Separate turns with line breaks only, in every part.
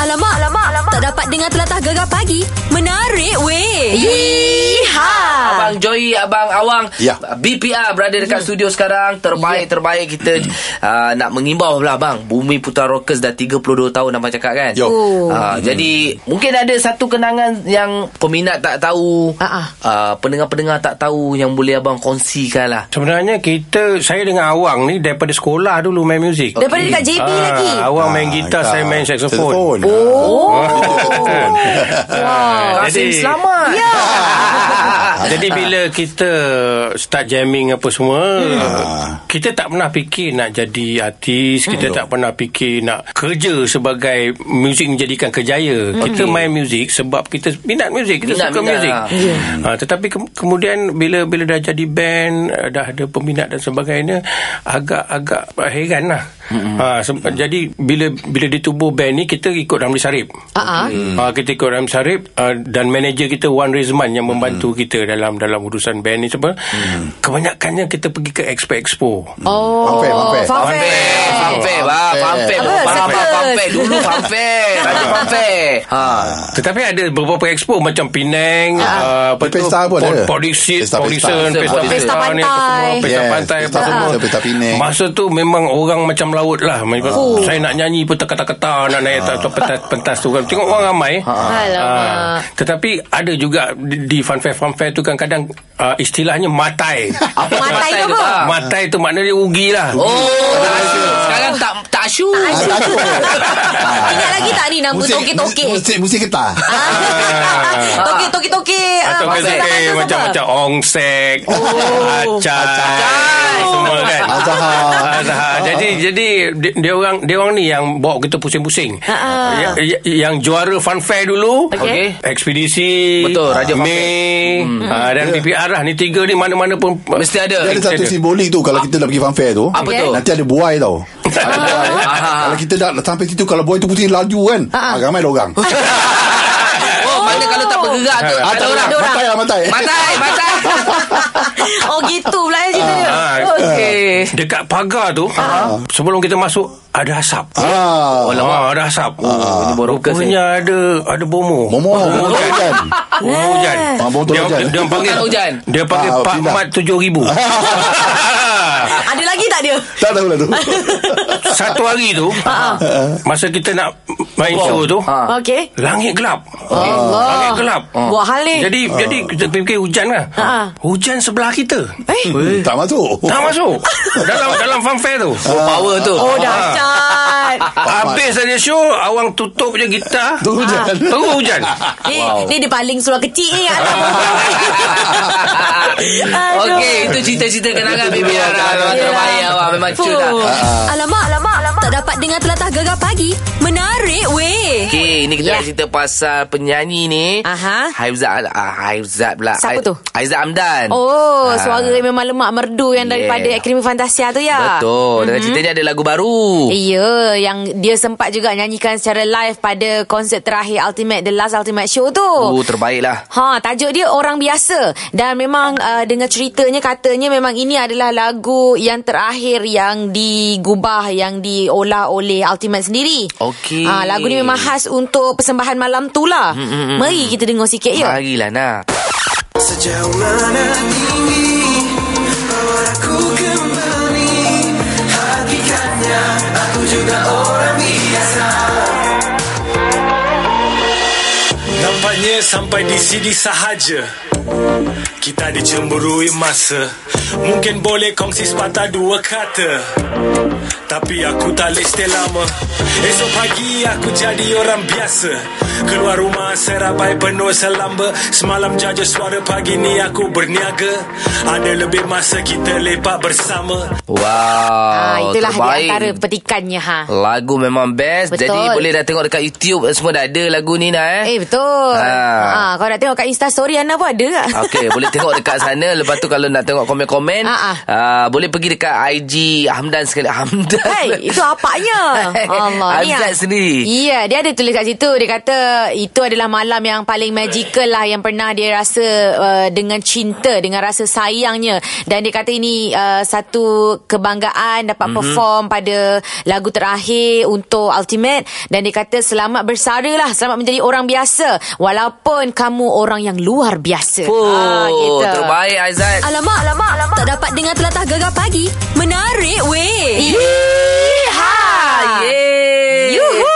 Alamak, alamak, alamak. Tak dapat dengar telatah gegar pagi. Menarik weh. Yeeha. Ah.
Abang Joy, Abang Awang
Ya.
BPR berada
Ya.
dekat studio sekarang Terbaik-terbaik kita uh, Nak mengimbau lah abang Bumi Putra Rockers dah 32 tahun abang cakap kan
Yo.
Oh.
Uh, Jadi mungkin ada satu kenangan yang Peminat tak tahu
Ah, ah.
uh, Pendengar-pendengar tak tahu Yang boleh abang kongsikan lah
Sebenarnya kita Saya dengan Awang ni Daripada sekolah dulu main muzik
Daripada dekat JB
Ah,
lagi.
Awang
Ah,
main gitar Saya main saksofon
Oh.
Wow. Kasim
Jadi-
selamat Ya
Ah, Jadi bila kita start jamming apa semua
Ah.
Kita tak pernah fikir nak jadi artis Kita
Hmm.
tak pernah fikir nak kerja sebagai Muzik menjadikan kerjaya Kita main muzik sebab kita minat muzik Kita
Hmm. Minat-
suka
minat,
muzik
ah.
ha, Tetapi ke- kemudian bila bila dah jadi band eh, Dah ada peminat dan sebagainya Agak-agak heran lah
Hmm.
ha, se- Jadi bila bila ditubuh band ni Kita ikut Ramli Sarip
Ah, ah.
Hmm. Uh, kita ikut Ram Sarip uh, dan manager kita Wan Rizman yang membantu kita dalam dalam urusan band ni semua. Hmm. Kebanyakannya kita pergi ke Expo Expo.
Oh.
Funfair, funfair.
Funfair.
Fanfare Bang
Funfair.
Fanfare
Apa, circus?
Fanfare Dulu fanfare Rajin fanfare Ha
Tetapi ada beberapa expo macam Penang,
Ah.
uh, apa tu?
Pesta pun ada.
Production,
Pesta-pesta.
production,
Pesta-
pesta,
pesta
ni apa
pantai.
semua, pesta
Yes,
pantai apa
pesta-
semua.
pesta- pesta Penang. Ah.
Masa tu memang orang macam laut lah. Memang Saya nak nyanyi pun terkata-kata nak naik atas pentas, pentas tu kan. Tengok orang ramai.
Alamak.
Ah, tetapi ada juga di, di funfair funfair tu kadang-kadang uh, istilahnya matai.
Apa
Matai tu
tu,
apa?
Bang?
matai tu maknanya ugi lah.
Oh tak asyuk. Sekarang tak Tak asyuk
Ingat lagi tak ni nama toke-toke?
Ah. Musik, musik getah.
Toke toke toke.
Atau
Ah,
kata
masakan tu
macam-macam ongsek, acai, semua kan.
Azhar.
Azhar. Jadi jadi di- dia orang dia orang ni yang bawa kita pusing-pusing.
Ah.
Ya- ya- Yang juara funfair dulu,
Okey.
ekspedisi,
Betul, Raja Funfair.
Mei, ah, dan BPR lah ni tiga ni mana-mana pun
Mesti ada
Dia ada satu simbolik tu Kalau kita dah pergi funfair tu
Apa tu?
Nanti ada buai tau Ada buai. Kalau kita dah sampai situ Kalau buai tu putih laju kan ah, Ramai ada orang
Oh, mana kalau tak bergerak tu
Ah,
Ada orang
Matai lah matai
Matai Matai
Oh gitu pula eh, cerita dia.
Ah.
Okey.
Dekat pagar tu Sebelum kita masuk Ada asap
Ah,
Alamak ada asap
ni baru kes,
Rupanya ada Ada bomo
Momo Momo kan
Bomo hujan
Ah, bomo tu
Dia-
hujan.
Dia panggil
Bukan hujan.
Dia panggil
Ah,
Pak
pindah. Ah.
Mat 7000
Ada lagi tak dia?
Tak tahu lah tu
Satu hari tu Masa kita nak Main show tu
Ah.
Okey.
Langit gelap
Allah.
Langit gelap
Buat hal ni.
Ah. Jadi jadi
Ah.
kita fikir hujan lah
Ah.
Hujan sebelah kita
Eh.
Tak masuk
Tak masuk Dalam dalam fanfare tu
Oh, power tu
Oh dahsyat.
Ah,
Habis saja show Awang tutup je gitar
Tu hujan
Terus hujan
Ni, ni dia paling surah kecil ni kat atas Aduh.
Okey, itu cerita-cerita kenangan Bibi Ara. Memang
Yelah.
terbaik awak. Memang
Fuh.
cun lah.
Alamak, alamak, alamak. Tak dapat dengar telatah gegar pagi. Menarik weh.
Okey, ni kita
Ya.
nak cerita pasal penyanyi ni.
Aha.
Haifzat, ah, Haifzat pula.
Siapa
Hai-
tu?
Haifzat Amdan.
Oh,
Ah.
suara memang lemak merdu yang
Yeah.
daripada Akademi Fantasia tu ya.
Betul. Dan ceritanya ada lagu baru.
Ya, yang dia sempat juga nyanyikan secara live pada konsert terakhir Ultimate The Last Ultimate Show tu.
Oh, terbaik lah.
Ha, tajuk dia orang biasa dan memang uh, dengan ceritanya katanya memang ini adalah lagu yang terakhir yang digubah yang diolah oleh Ultimate sendiri.
Okey.
Ha, lagu ni memang khas untuk persembahan malam tu lah. Hmm, hmm, hmm. Mari kita dengar sikit ya.
Marilah nak.
Sejauh mana tinggi Bawa aku kembali Hakikatnya Aku juga orang biasa
Nampaknya sampai di sini sahaja Kita dicemburui masa Mungkin boleh kongsi sepatah dua kata Tapi aku tak boleh stay lama Esok pagi aku jadi orang biasa Keluar rumah serabai penuh selamba Semalam jaja suara pagi ni aku berniaga Ada lebih masa kita lepak bersama
Wow.
ha, itulah di
terbaik.
antara petikannya ha.
Lagu memang best
Betul.
Jadi boleh dah tengok dekat YouTube Semua dah ada lagu ni dah eh
Eh betul. Ah,
Ha.
kau nak tengok kat Insta story Ana pun ada tak?
Okey, boleh tengok dekat sana. Lepas tu kalau nak tengok komen-komen,
Ah, ah.
uh, boleh pergi dekat IG Hamdan sekali. Hamdan.
Hai, itu apaknya. Allah ni.
Azad
ah.
sendiri.
Ya, dia ada tulis kat situ. Dia kata itu adalah malam yang paling magical lah yang pernah dia rasa uh, dengan cinta, dengan rasa sayangnya. Dan dia kata ini uh, satu kebanggaan dapat mm-hmm. perform pada lagu terakhir untuk Ultimate dan dia kata selamat bersara lah, selamat menjadi orang biasa walaupun kamu orang yang luar biasa. Ah,
Oh,
gitu.
terbaik Aizat.
Alamak, alamak, alamak. Tak dapat dengar telatah gegar pagi. Menarik weh.
Yeehaw!
Yeay.
Yuhu!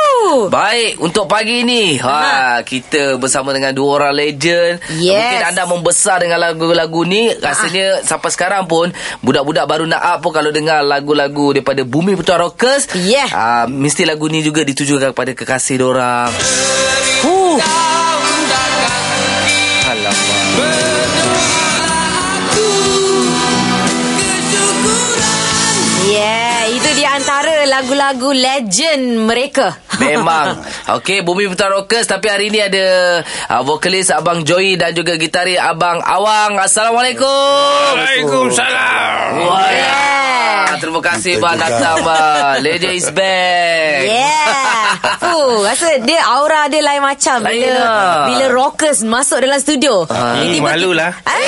Baik, untuk pagi ni ha, kita bersama dengan dua orang legend.
Yes. Ah.
Mungkin anda membesar dengan lagu-lagu ni, rasanya sampai sekarang pun budak-budak baru nak up pun kalau dengar lagu-lagu daripada Bumi Putra Rockers,
Yeah.
ah, mesti lagu ni juga ditujukan kepada kekasih dorang.
Huh.
Alamak.
Yeah, itu dia antara lagu-lagu legend mereka.
Memang. Okey, Bumi Putra Rockers tapi hari ni ada uh, vokalis Abang Joy dan juga gitaris Abang Awang. Assalamualaikum.
Waalaikumsalam.
Oh,
Wah,
ya.
yeah. Oh, ya. Terima kasih
Kita
bang
juga.
datang bang. Legend is back.
Yeah. Fuh, rasa dia aura dia lain macam
Lain
bila
lah. Ah,
bila rockers masuk dalam studio.
Hmm, malulah.
Ay,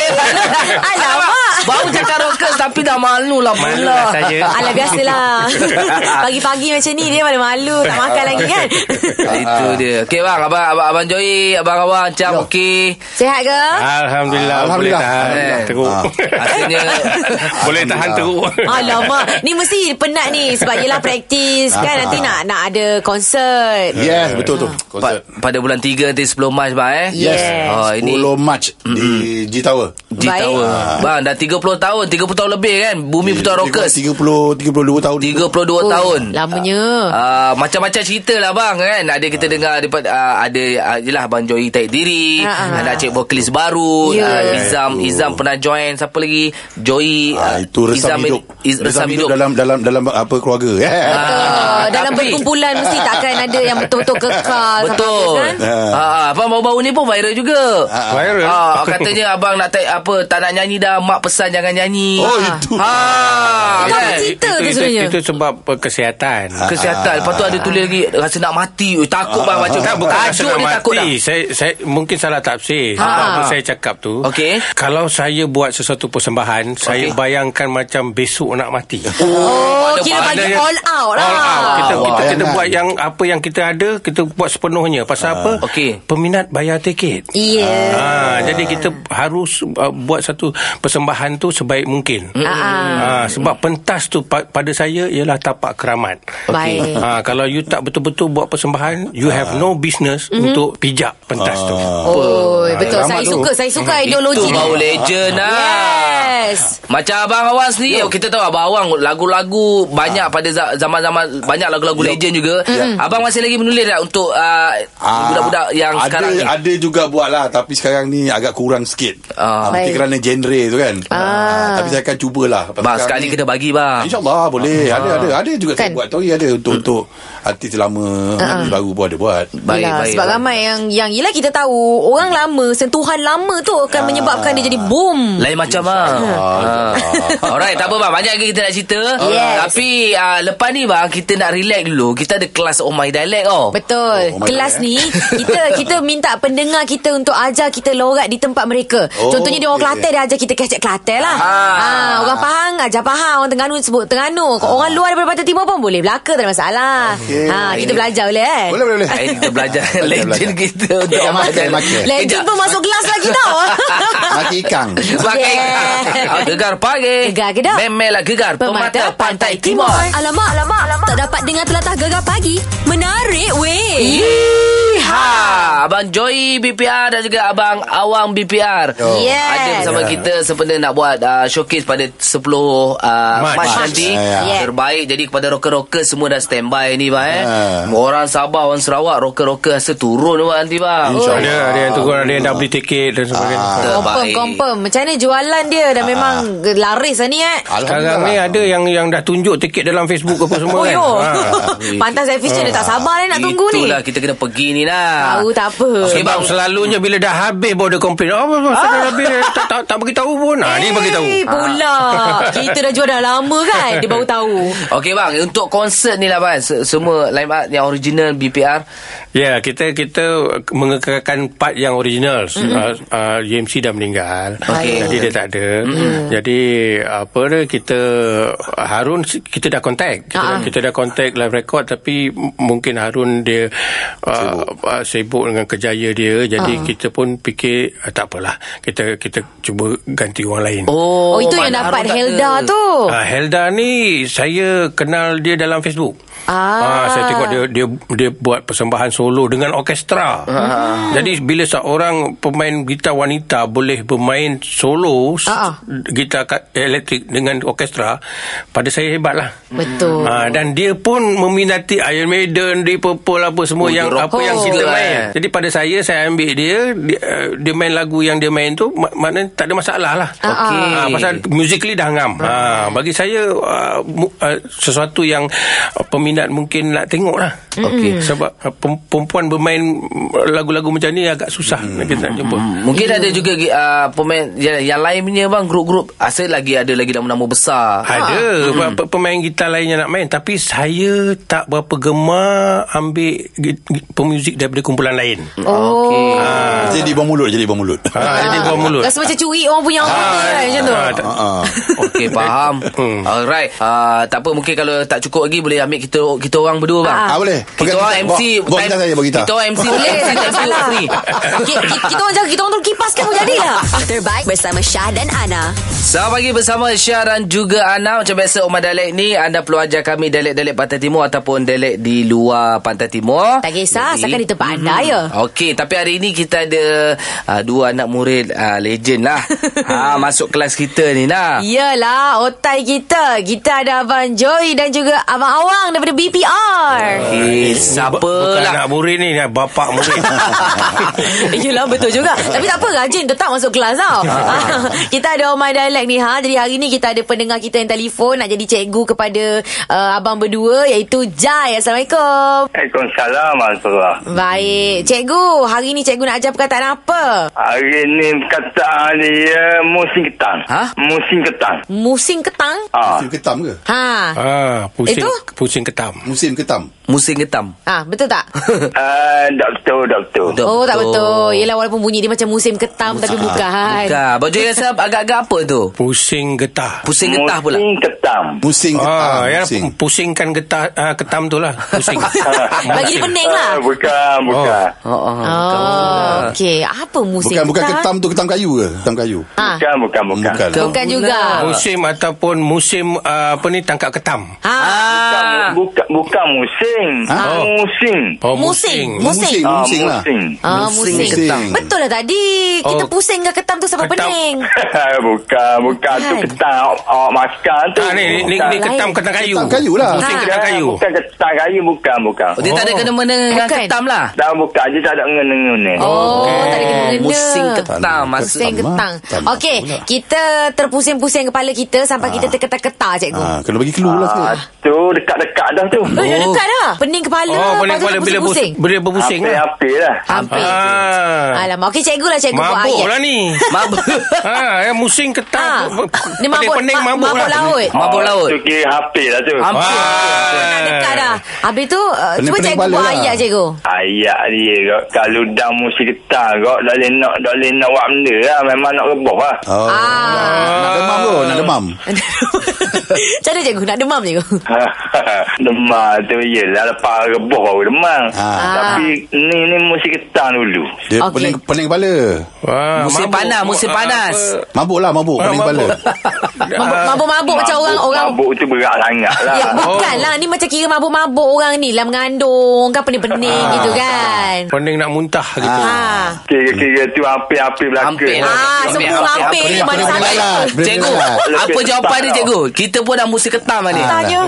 alamak.
Baru cakap rockers tapi dah malu lah
Malu
pula.
lah saya.
Alah biasalah Pagi-pagi macam ni Dia malu-malu Tak makan lagi kan
Itu
Ah.
dia. Okey bang, abang abang, abang Joy, abang Awang, Cam, okey.
Sehat ke?
Alhamdulillah,
Alhamdulillah. Ah.
boleh tahan
Eh.
teruk.
Akhirnya
boleh tahan teruk.
Alamak Ni mesti penat ni Sebab yelah praktis Kan nanti nak nak ada konsert
Yes, betul tu.
pa-
Konsert.
pada bulan 3 nanti 10 Mac bang eh.
Yes.
Oh, ini
10 Mac di G Tower.
G
Baik.
Tower.
Ah.
Bang dah 30 tahun, 30 tahun lebih kan Bumi Putra Rockers.
30 32 tahun.
32
Ui,
tahun.
Lamanya
Uh, macam-macam cerita lah bang kan ada
Ah.
kita dengar daripada uh, ada uh, jelah abang Joy taik diri
Ha, ha.
ada cik vokalis baru
Ya.
yeah. uh, Izam Izam pernah join siapa lagi Joy
Ah, itu resam hidup.
eh, Iz, resam, hidup,
dalam dalam dalam apa keluarga. Eh.
Betul.
Ah,
Dalam
tapi-
perkumpulan mesti takkan ada yang betul-betul kekal sampai
Betul.
habis, kan?
Ha ah, abang baru-baru ni pun viral juga.
Ah,
Viral.
Ah, katanya abang nak tak apa tak nak nyanyi dah mak pesan jangan nyanyi.
Ah.
Oh, itu.
Ha.
Itu apa
kan?
cerita tu
itu,
sebenarnya?
itu sebab uh, kesihatan.
Ah. Kesihatan Lepas tu ada tulis lagi Rasa nak mati Ui, Takut
Ah.
bang baca
Kan,
Tak bukan rasa
Tajuk
nak
ni Ah, takut dah Ah.
mati saya, saya Mungkin salah tafsir ha. Apa saya cakap tu
Okey.
Kalau saya buat sesuatu persembahan Saya bayangkan macam besok nak mati
Ah.
Oh,
Ada
kira bagi
Maknanya-
all out lah.
All out Kita,
Wow,
kita, kita
bayangan.
buat yang Apa yang kita ada Kita buat sepenuhnya Pasal apa
Ah. Okey.
Peminat bayar tiket
Iya.
Ha, jadi kita harus uh, buat satu persembahan tu sebaik mungkin.
Ah,
Ha, sebab pentas tu pa- pada saya ialah tapak keramat.
Baik.
Ha, kalau you tak betul-betul buat persembahan, you have no business
Mhm.
untuk pijak pentas tu.
Oh, betul. Saya
Alamak tu.
suka. Saya suka
Itu
ideologi ni.
baru legend lah
Yes.
Macam Abang Awang sendiri Yo. Kita tahu Abang Awang Lagu-lagu
Ah.
Banyak pada za- zaman-zaman Banyak lagu-lagu legend juga Ya. Abang masih lagi menulis tak Untuk uh,
Ah,
Budak-budak yang
ada,
sekarang ni
Ada juga buat lah Tapi sekarang ni agak kurang sikit
Ah.
ah, Mungkin
Baik.
kerana genre tu kan ah, Tapi saya akan cubalah
Bang Ah. sekali kena bagi bang
InsyaAllah boleh Ada ada ada juga
Kan? Ah.
saya buat Tori ada untuk, untuk artis lama Artis baru pun ada buat
Baik,
Yelah,
baik,
sebab
baik.
ramai yang yang yelah kita tahu orang lama sentuhan lama tu akan
Ah.
menyebabkan dia jadi boom.
Lain macam bang ah. Alright tak apa bang Banyak lagi kita nak cerita
Yes.
Tapi uh, Lepas ni bang Kita nak relax dulu Kita ada kelas Oh My Dialect oh.
Betul.
Oh, oh my
Kelas
God, eh.
ni kita kita minta pendengar kita untuk ajar kita lorat di tempat mereka.
Oh,
Contohnya dia orang
okey.
Kelantan dia ajar kita kecek Kelantan lah.
Ah.
Ah. orang Pahang ajar Pahang, orang Terengganu sebut Terengganu. Orang luar daripada Pantai Timur pun boleh Melaka tak ada masalah.
Ah. Okey.
Ha, kita belajar boleh kan?
Boleh boleh boleh
Hari ni kita belajar
Belajar,
Legend
belajar.
kita Untuk Oh
Jangan
My
makan,
Dialect.
makan.
Legend
Kejap.
pun masuk kelas lagi tau.
Maki ikang
Pakai
Yeah.
yeah. Gegar pagi
Gegar gedap.
Memelah gegar Pemata Pantai Timur
Alamak, alamak, alamak. Tak dapat dengar telatah gegar pagi. Menarik weh.
Ha, Abang Joy BPR dan juga Abang Awang BPR
Oh.
Yes.
Ada bersama
Yeah.
kita sebenarnya nak buat uh, showcase pada 10 uh, March,
March.
March
March.
nanti
Yeah.
Yeah.
Terbaik jadi kepada rocker-rocker semua dah standby ni bang eh.
Yeah.
Orang Sabah, orang Sarawak, rocker-rocker rasa turun bang nanti bang
InsyaAllah.
Ada ada yang tegur, ada yang dah beli tiket dan sebagainya.
Ah.
Confirm,
Terbaik.
confirm. Macam mana jualan dia
Ah,
dah memang laris lah ni eh.
Sekarang ni ada yang yang dah tunjuk tiket dalam Facebook apa semua
Oh
kan. Ah,
yo.
Ha.
Pantas efisien dia tak sabar dah nak tunggu ni.
Itulah kita kena pergi ni lah
Tahu tak apa?
Okey,
Sebab
bang.
selalunya bila dah habis baru dia komplain. Oh, bang, saya dah habis dia tak tak, tak beritahu Ah. pun. Ha, ni bagi tahu.
Eh, pula. Kita dah jual dah lama kan? Dia baru tahu.
Okey bang, untuk konsert ni lah bang. Se- Semua line up yang original BPR.
Ya, kita kita mengekalkan part yang original. Mm-hmm. Uh, uh, UMC dah meninggal.
Okey.
Jadi dia tak ada. Mm-hmm. Jadi apa dia kita Harun kita dah contact. Kita, uh-huh. kita dah contact live record tapi m- mungkin Harun dia uh, uh, sibuk dengan kerjaya dia. Jadi uh-huh. kita pun fikir uh, tak apalah. Kita kita cuba ganti orang lain.
Oh, itu yang
Mat
dapat
Harun tak
Helda
ada.
tu.
Ah, Helda ni saya kenal dia dalam Facebook.
Ah.
saya tengok dia dia dia buat persembahan solo dengan orkestra. Ah. Jadi bila seorang pemain gitar wanita boleh bermain solo
Ah.
ah. gitar ka- elektrik dengan orkestra, pada saya hebatlah.
Betul.
Ah, dan dia pun meminati Iron Maiden, Deep Purple apa
Oh,
semua yang
dia
apa
rocker
yang kita
juga,
main.
eh.
Jadi pada saya saya ambil dia dia, uh, dia main lagu yang dia main tu mak- maknanya tak ada masalah lah.
Okey.
Ah, pasal musically dah ngam. Ha, bagi saya uh, mu, uh, sesuatu yang uh, peminat mungkin nak tengok lah.
Okey.
Sebab uh, pem- perempuan bermain mm, lagu-lagu macam ni agak susah mm. kita nak jumpa.
Mungkin
Hmm.
ada juga uh, pemain yang, yang lain punya bang grup-grup asal lagi ada lagi nama-nama besar.
Ada hmm. pemain gitar lain yang nak main tapi saya tak berapa gemar ambil gi- gi- pemuzik daripada kumpulan lain.
Oh.
Ah, Okey.
Jadi buang mulut Jadi buang mulut
Ha, jadi buang mulut.
Rasa macam curi orang punya orang tu kan, macam tu.
Ah, tak-
Ah, ah.
Okey faham.
Hmm.
Alright. Uh, tak apa mungkin kalau tak cukup lagi boleh ambil kita kita orang berdua bang.
Ah, boleh.
Kita
Pegang-
orang MC
bawa- bawa gitar saya, bawa gitar.
Kita orang MC
Boleh,
MC
tak
time
salah.
free.
Ki- ki- Kita orang jaga, kita orang kan, terus kipaskan pun jadilah.
Terbaik bersama Syah dan Ana.
Selamat pagi bersama Syah dan juga Ana Macam biasa Umar Dalek ni Anda perlu ajar kami Dalek-dalek Pantai Timur Ataupun dalek di luar Pantai Timur
Tak kisah, asalkan di
Hmm.
tempat anda ya.
Okey, tapi hari ini kita ada uh, dua anak murid uh, legend lah. ha, masuk kelas kita ni lah.
Yelah, otai kita. Kita ada Abang Joy dan juga Abang Awang daripada BPR.
Eh, siapa
Ya. Bukan
lah.
anak murid ni, ni bapak murid.
Yelah, betul juga. Tapi tak apa, rajin tetap masuk kelas tau. kita ada Oh My Dialect ni ha. Jadi hari ni kita ada pendengar kita yang telefon nak jadi cikgu kepada uh, abang berdua iaitu Jai. Assalamualaikum.
Waalaikumsalam warahmatullahi
Baik, cikgu. Hari ni cikgu nak ajar perkataan apa?
Hari ni perkataan dia musim ketang.
Ha?
Musim ketang.
Musim ketang?
Ah.
Musim ketam ke
Ha.
ah, pusing,
Itu?
pusing ketam.
Musim ketam
Musim getam.
Ha, betul tak?
Uh, doktor, doktor.
Tak
oh, tak
betul.
betul. Yelah, walaupun bunyi dia macam musim ketam tapi bukan.
Bukan. Baju rasa agak-agak apa tu?
Pusing getah.
Pusing getah pula.
Musim ketang.
Musim ketam
Ah, ya,
Musim
pusingkan getah ah, ketam tu lah. Pusing.
Bagi dia pening lah.
Ah, bukan, bukan.
Oh, oh.
Oh, okey. Apa musim
Bukan bukan
ketam?
ketam tu ketam kayu ke Ketam kayu
Ha.
Bukan, bukan, Ah, bukan.
Ah. Bukan.
Bukan juga.
musim ataupun musim ah, apa ni tangkap ketam.
Ha.
Bukan,
Ah.
bukan, bukan musim.
Ha?
Musim.
Oh,
Musim.
musim.
Pusing.
Musim
Ah,
Musim lah
musim.
Ah,
Musim
musim.
ketang.
Betul lah tadi. Kita
Oh.
pusing ke ketam tu sampai
Ketam.
pening.
bukan, bukan. Tu
Bukan.
ketang awak- awak makan tu. Ah,
Ah, ni, ni, ni, ni ketam ketam kayu.
Ketam kayu lah.
Pusing
Ha.
ketam kayu.
Bukan ketang kayu, bukan, bukan.
Dia tak ada
Oh.
kena-mena dengan
Bukan.
ketam lah. Eh,
Dah bukan, dia tak ada ngena-ngena.
Oh, tak ada kena
Musim ketam. Maksud
Pusing ketang.
Ketam.
lah
Okey,
Pula.
kita terpusing-pusing kepala kita sampai kita terketar-ketar, cikgu.
Ah, kena bagi clue lah
Ah,
sikit.
tu dekat-dekat dah tu.
Eh, dah dekat dah. Pening kepala,
Oh, boleh
lepas tu
boleh bila
terpusing-pusing.
pusing. Bila berpusing lah.
Hampir-hampir lah.
Hampir.
Ah.
Alamak, okey cikgu lah cikgu buat
Mabuk
ayat.
lah ni.
Mabuk.
ha, yang musim
Ah,
ketam.
Dia mabuk,
Pening-pening
ma-
mabuk,
mabuk
lah.
laut.
Mabuk laut.
Ah, Tu kira hampir lah tu.
Hampir.
Ah.
Dah dekat dah. Habis tu, uh, cuba
Pening-pening
cikgu
kepala
buat
lah.
ayat, cikgu.
Ayak dia kot. Kalau dah musim getah kot, dah boleh nak, dah boleh nak buat benda lah. Memang nak reboh lah.
Oh.
Ah.
Nak demam tu Nak demam
Macam mana cikgu? Nak demam cikgu?
demam tu yelah lepas reboh baru demam.
Ah.
Ha.
Tapi ni ni musim getah dulu.
Dia
Okey.
pening, pening kepala
Wah,
Musim panas, musim
Ah,
panas.
apa?
Mabuk lah mabuk
Ah,
Pening kepala
mabuk. Ya.
Mabuk- Mabuk-mabuk macam orang-orang
lah.
Mabuk tu berat sangat
Oh.
lah.
Ya, bukan lah. Ni macam kira mabuk-mabuk orang ni lah mengandung. Kan pening-pening
Ah.
gitu kan.
Pening nak muntah gitu.
Ha.
Kira-kira tu hampir-hampir belaka.
Hampir lah.
Ah,
Hampir,
semua
hampir,
hampir.
hampir.
Mana
Hampir.
salah.
Hampir. Boleh
Cikgu,
dengar.
apa
Boleh
jawapan dia
dengar.
cikgu? Kita pun dah musim ketam ni.
Tanya.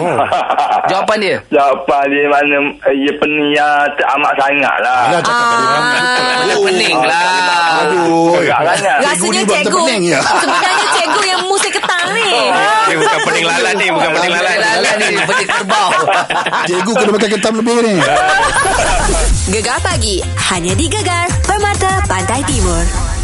Jawapan dia?
Jawapan dia mana eh, ia peniak teramat sangat lah.
Alah cakap tadi
Ah.
Pening lah.
Aduh
Berat sangat.
Rasanya
Cikgu ni buat
cikgu
terpening ya.
Sebenarnya cikgu yang musim pening ketang ni.
Ni bukan pening lalat ni Bukan pening lalat ni.
Lalat ni Pening kerbau
Cikgu kena makan ketam lebih ni.
Gegar pagi. Hanya di Gegar. Permata Pantai Timur.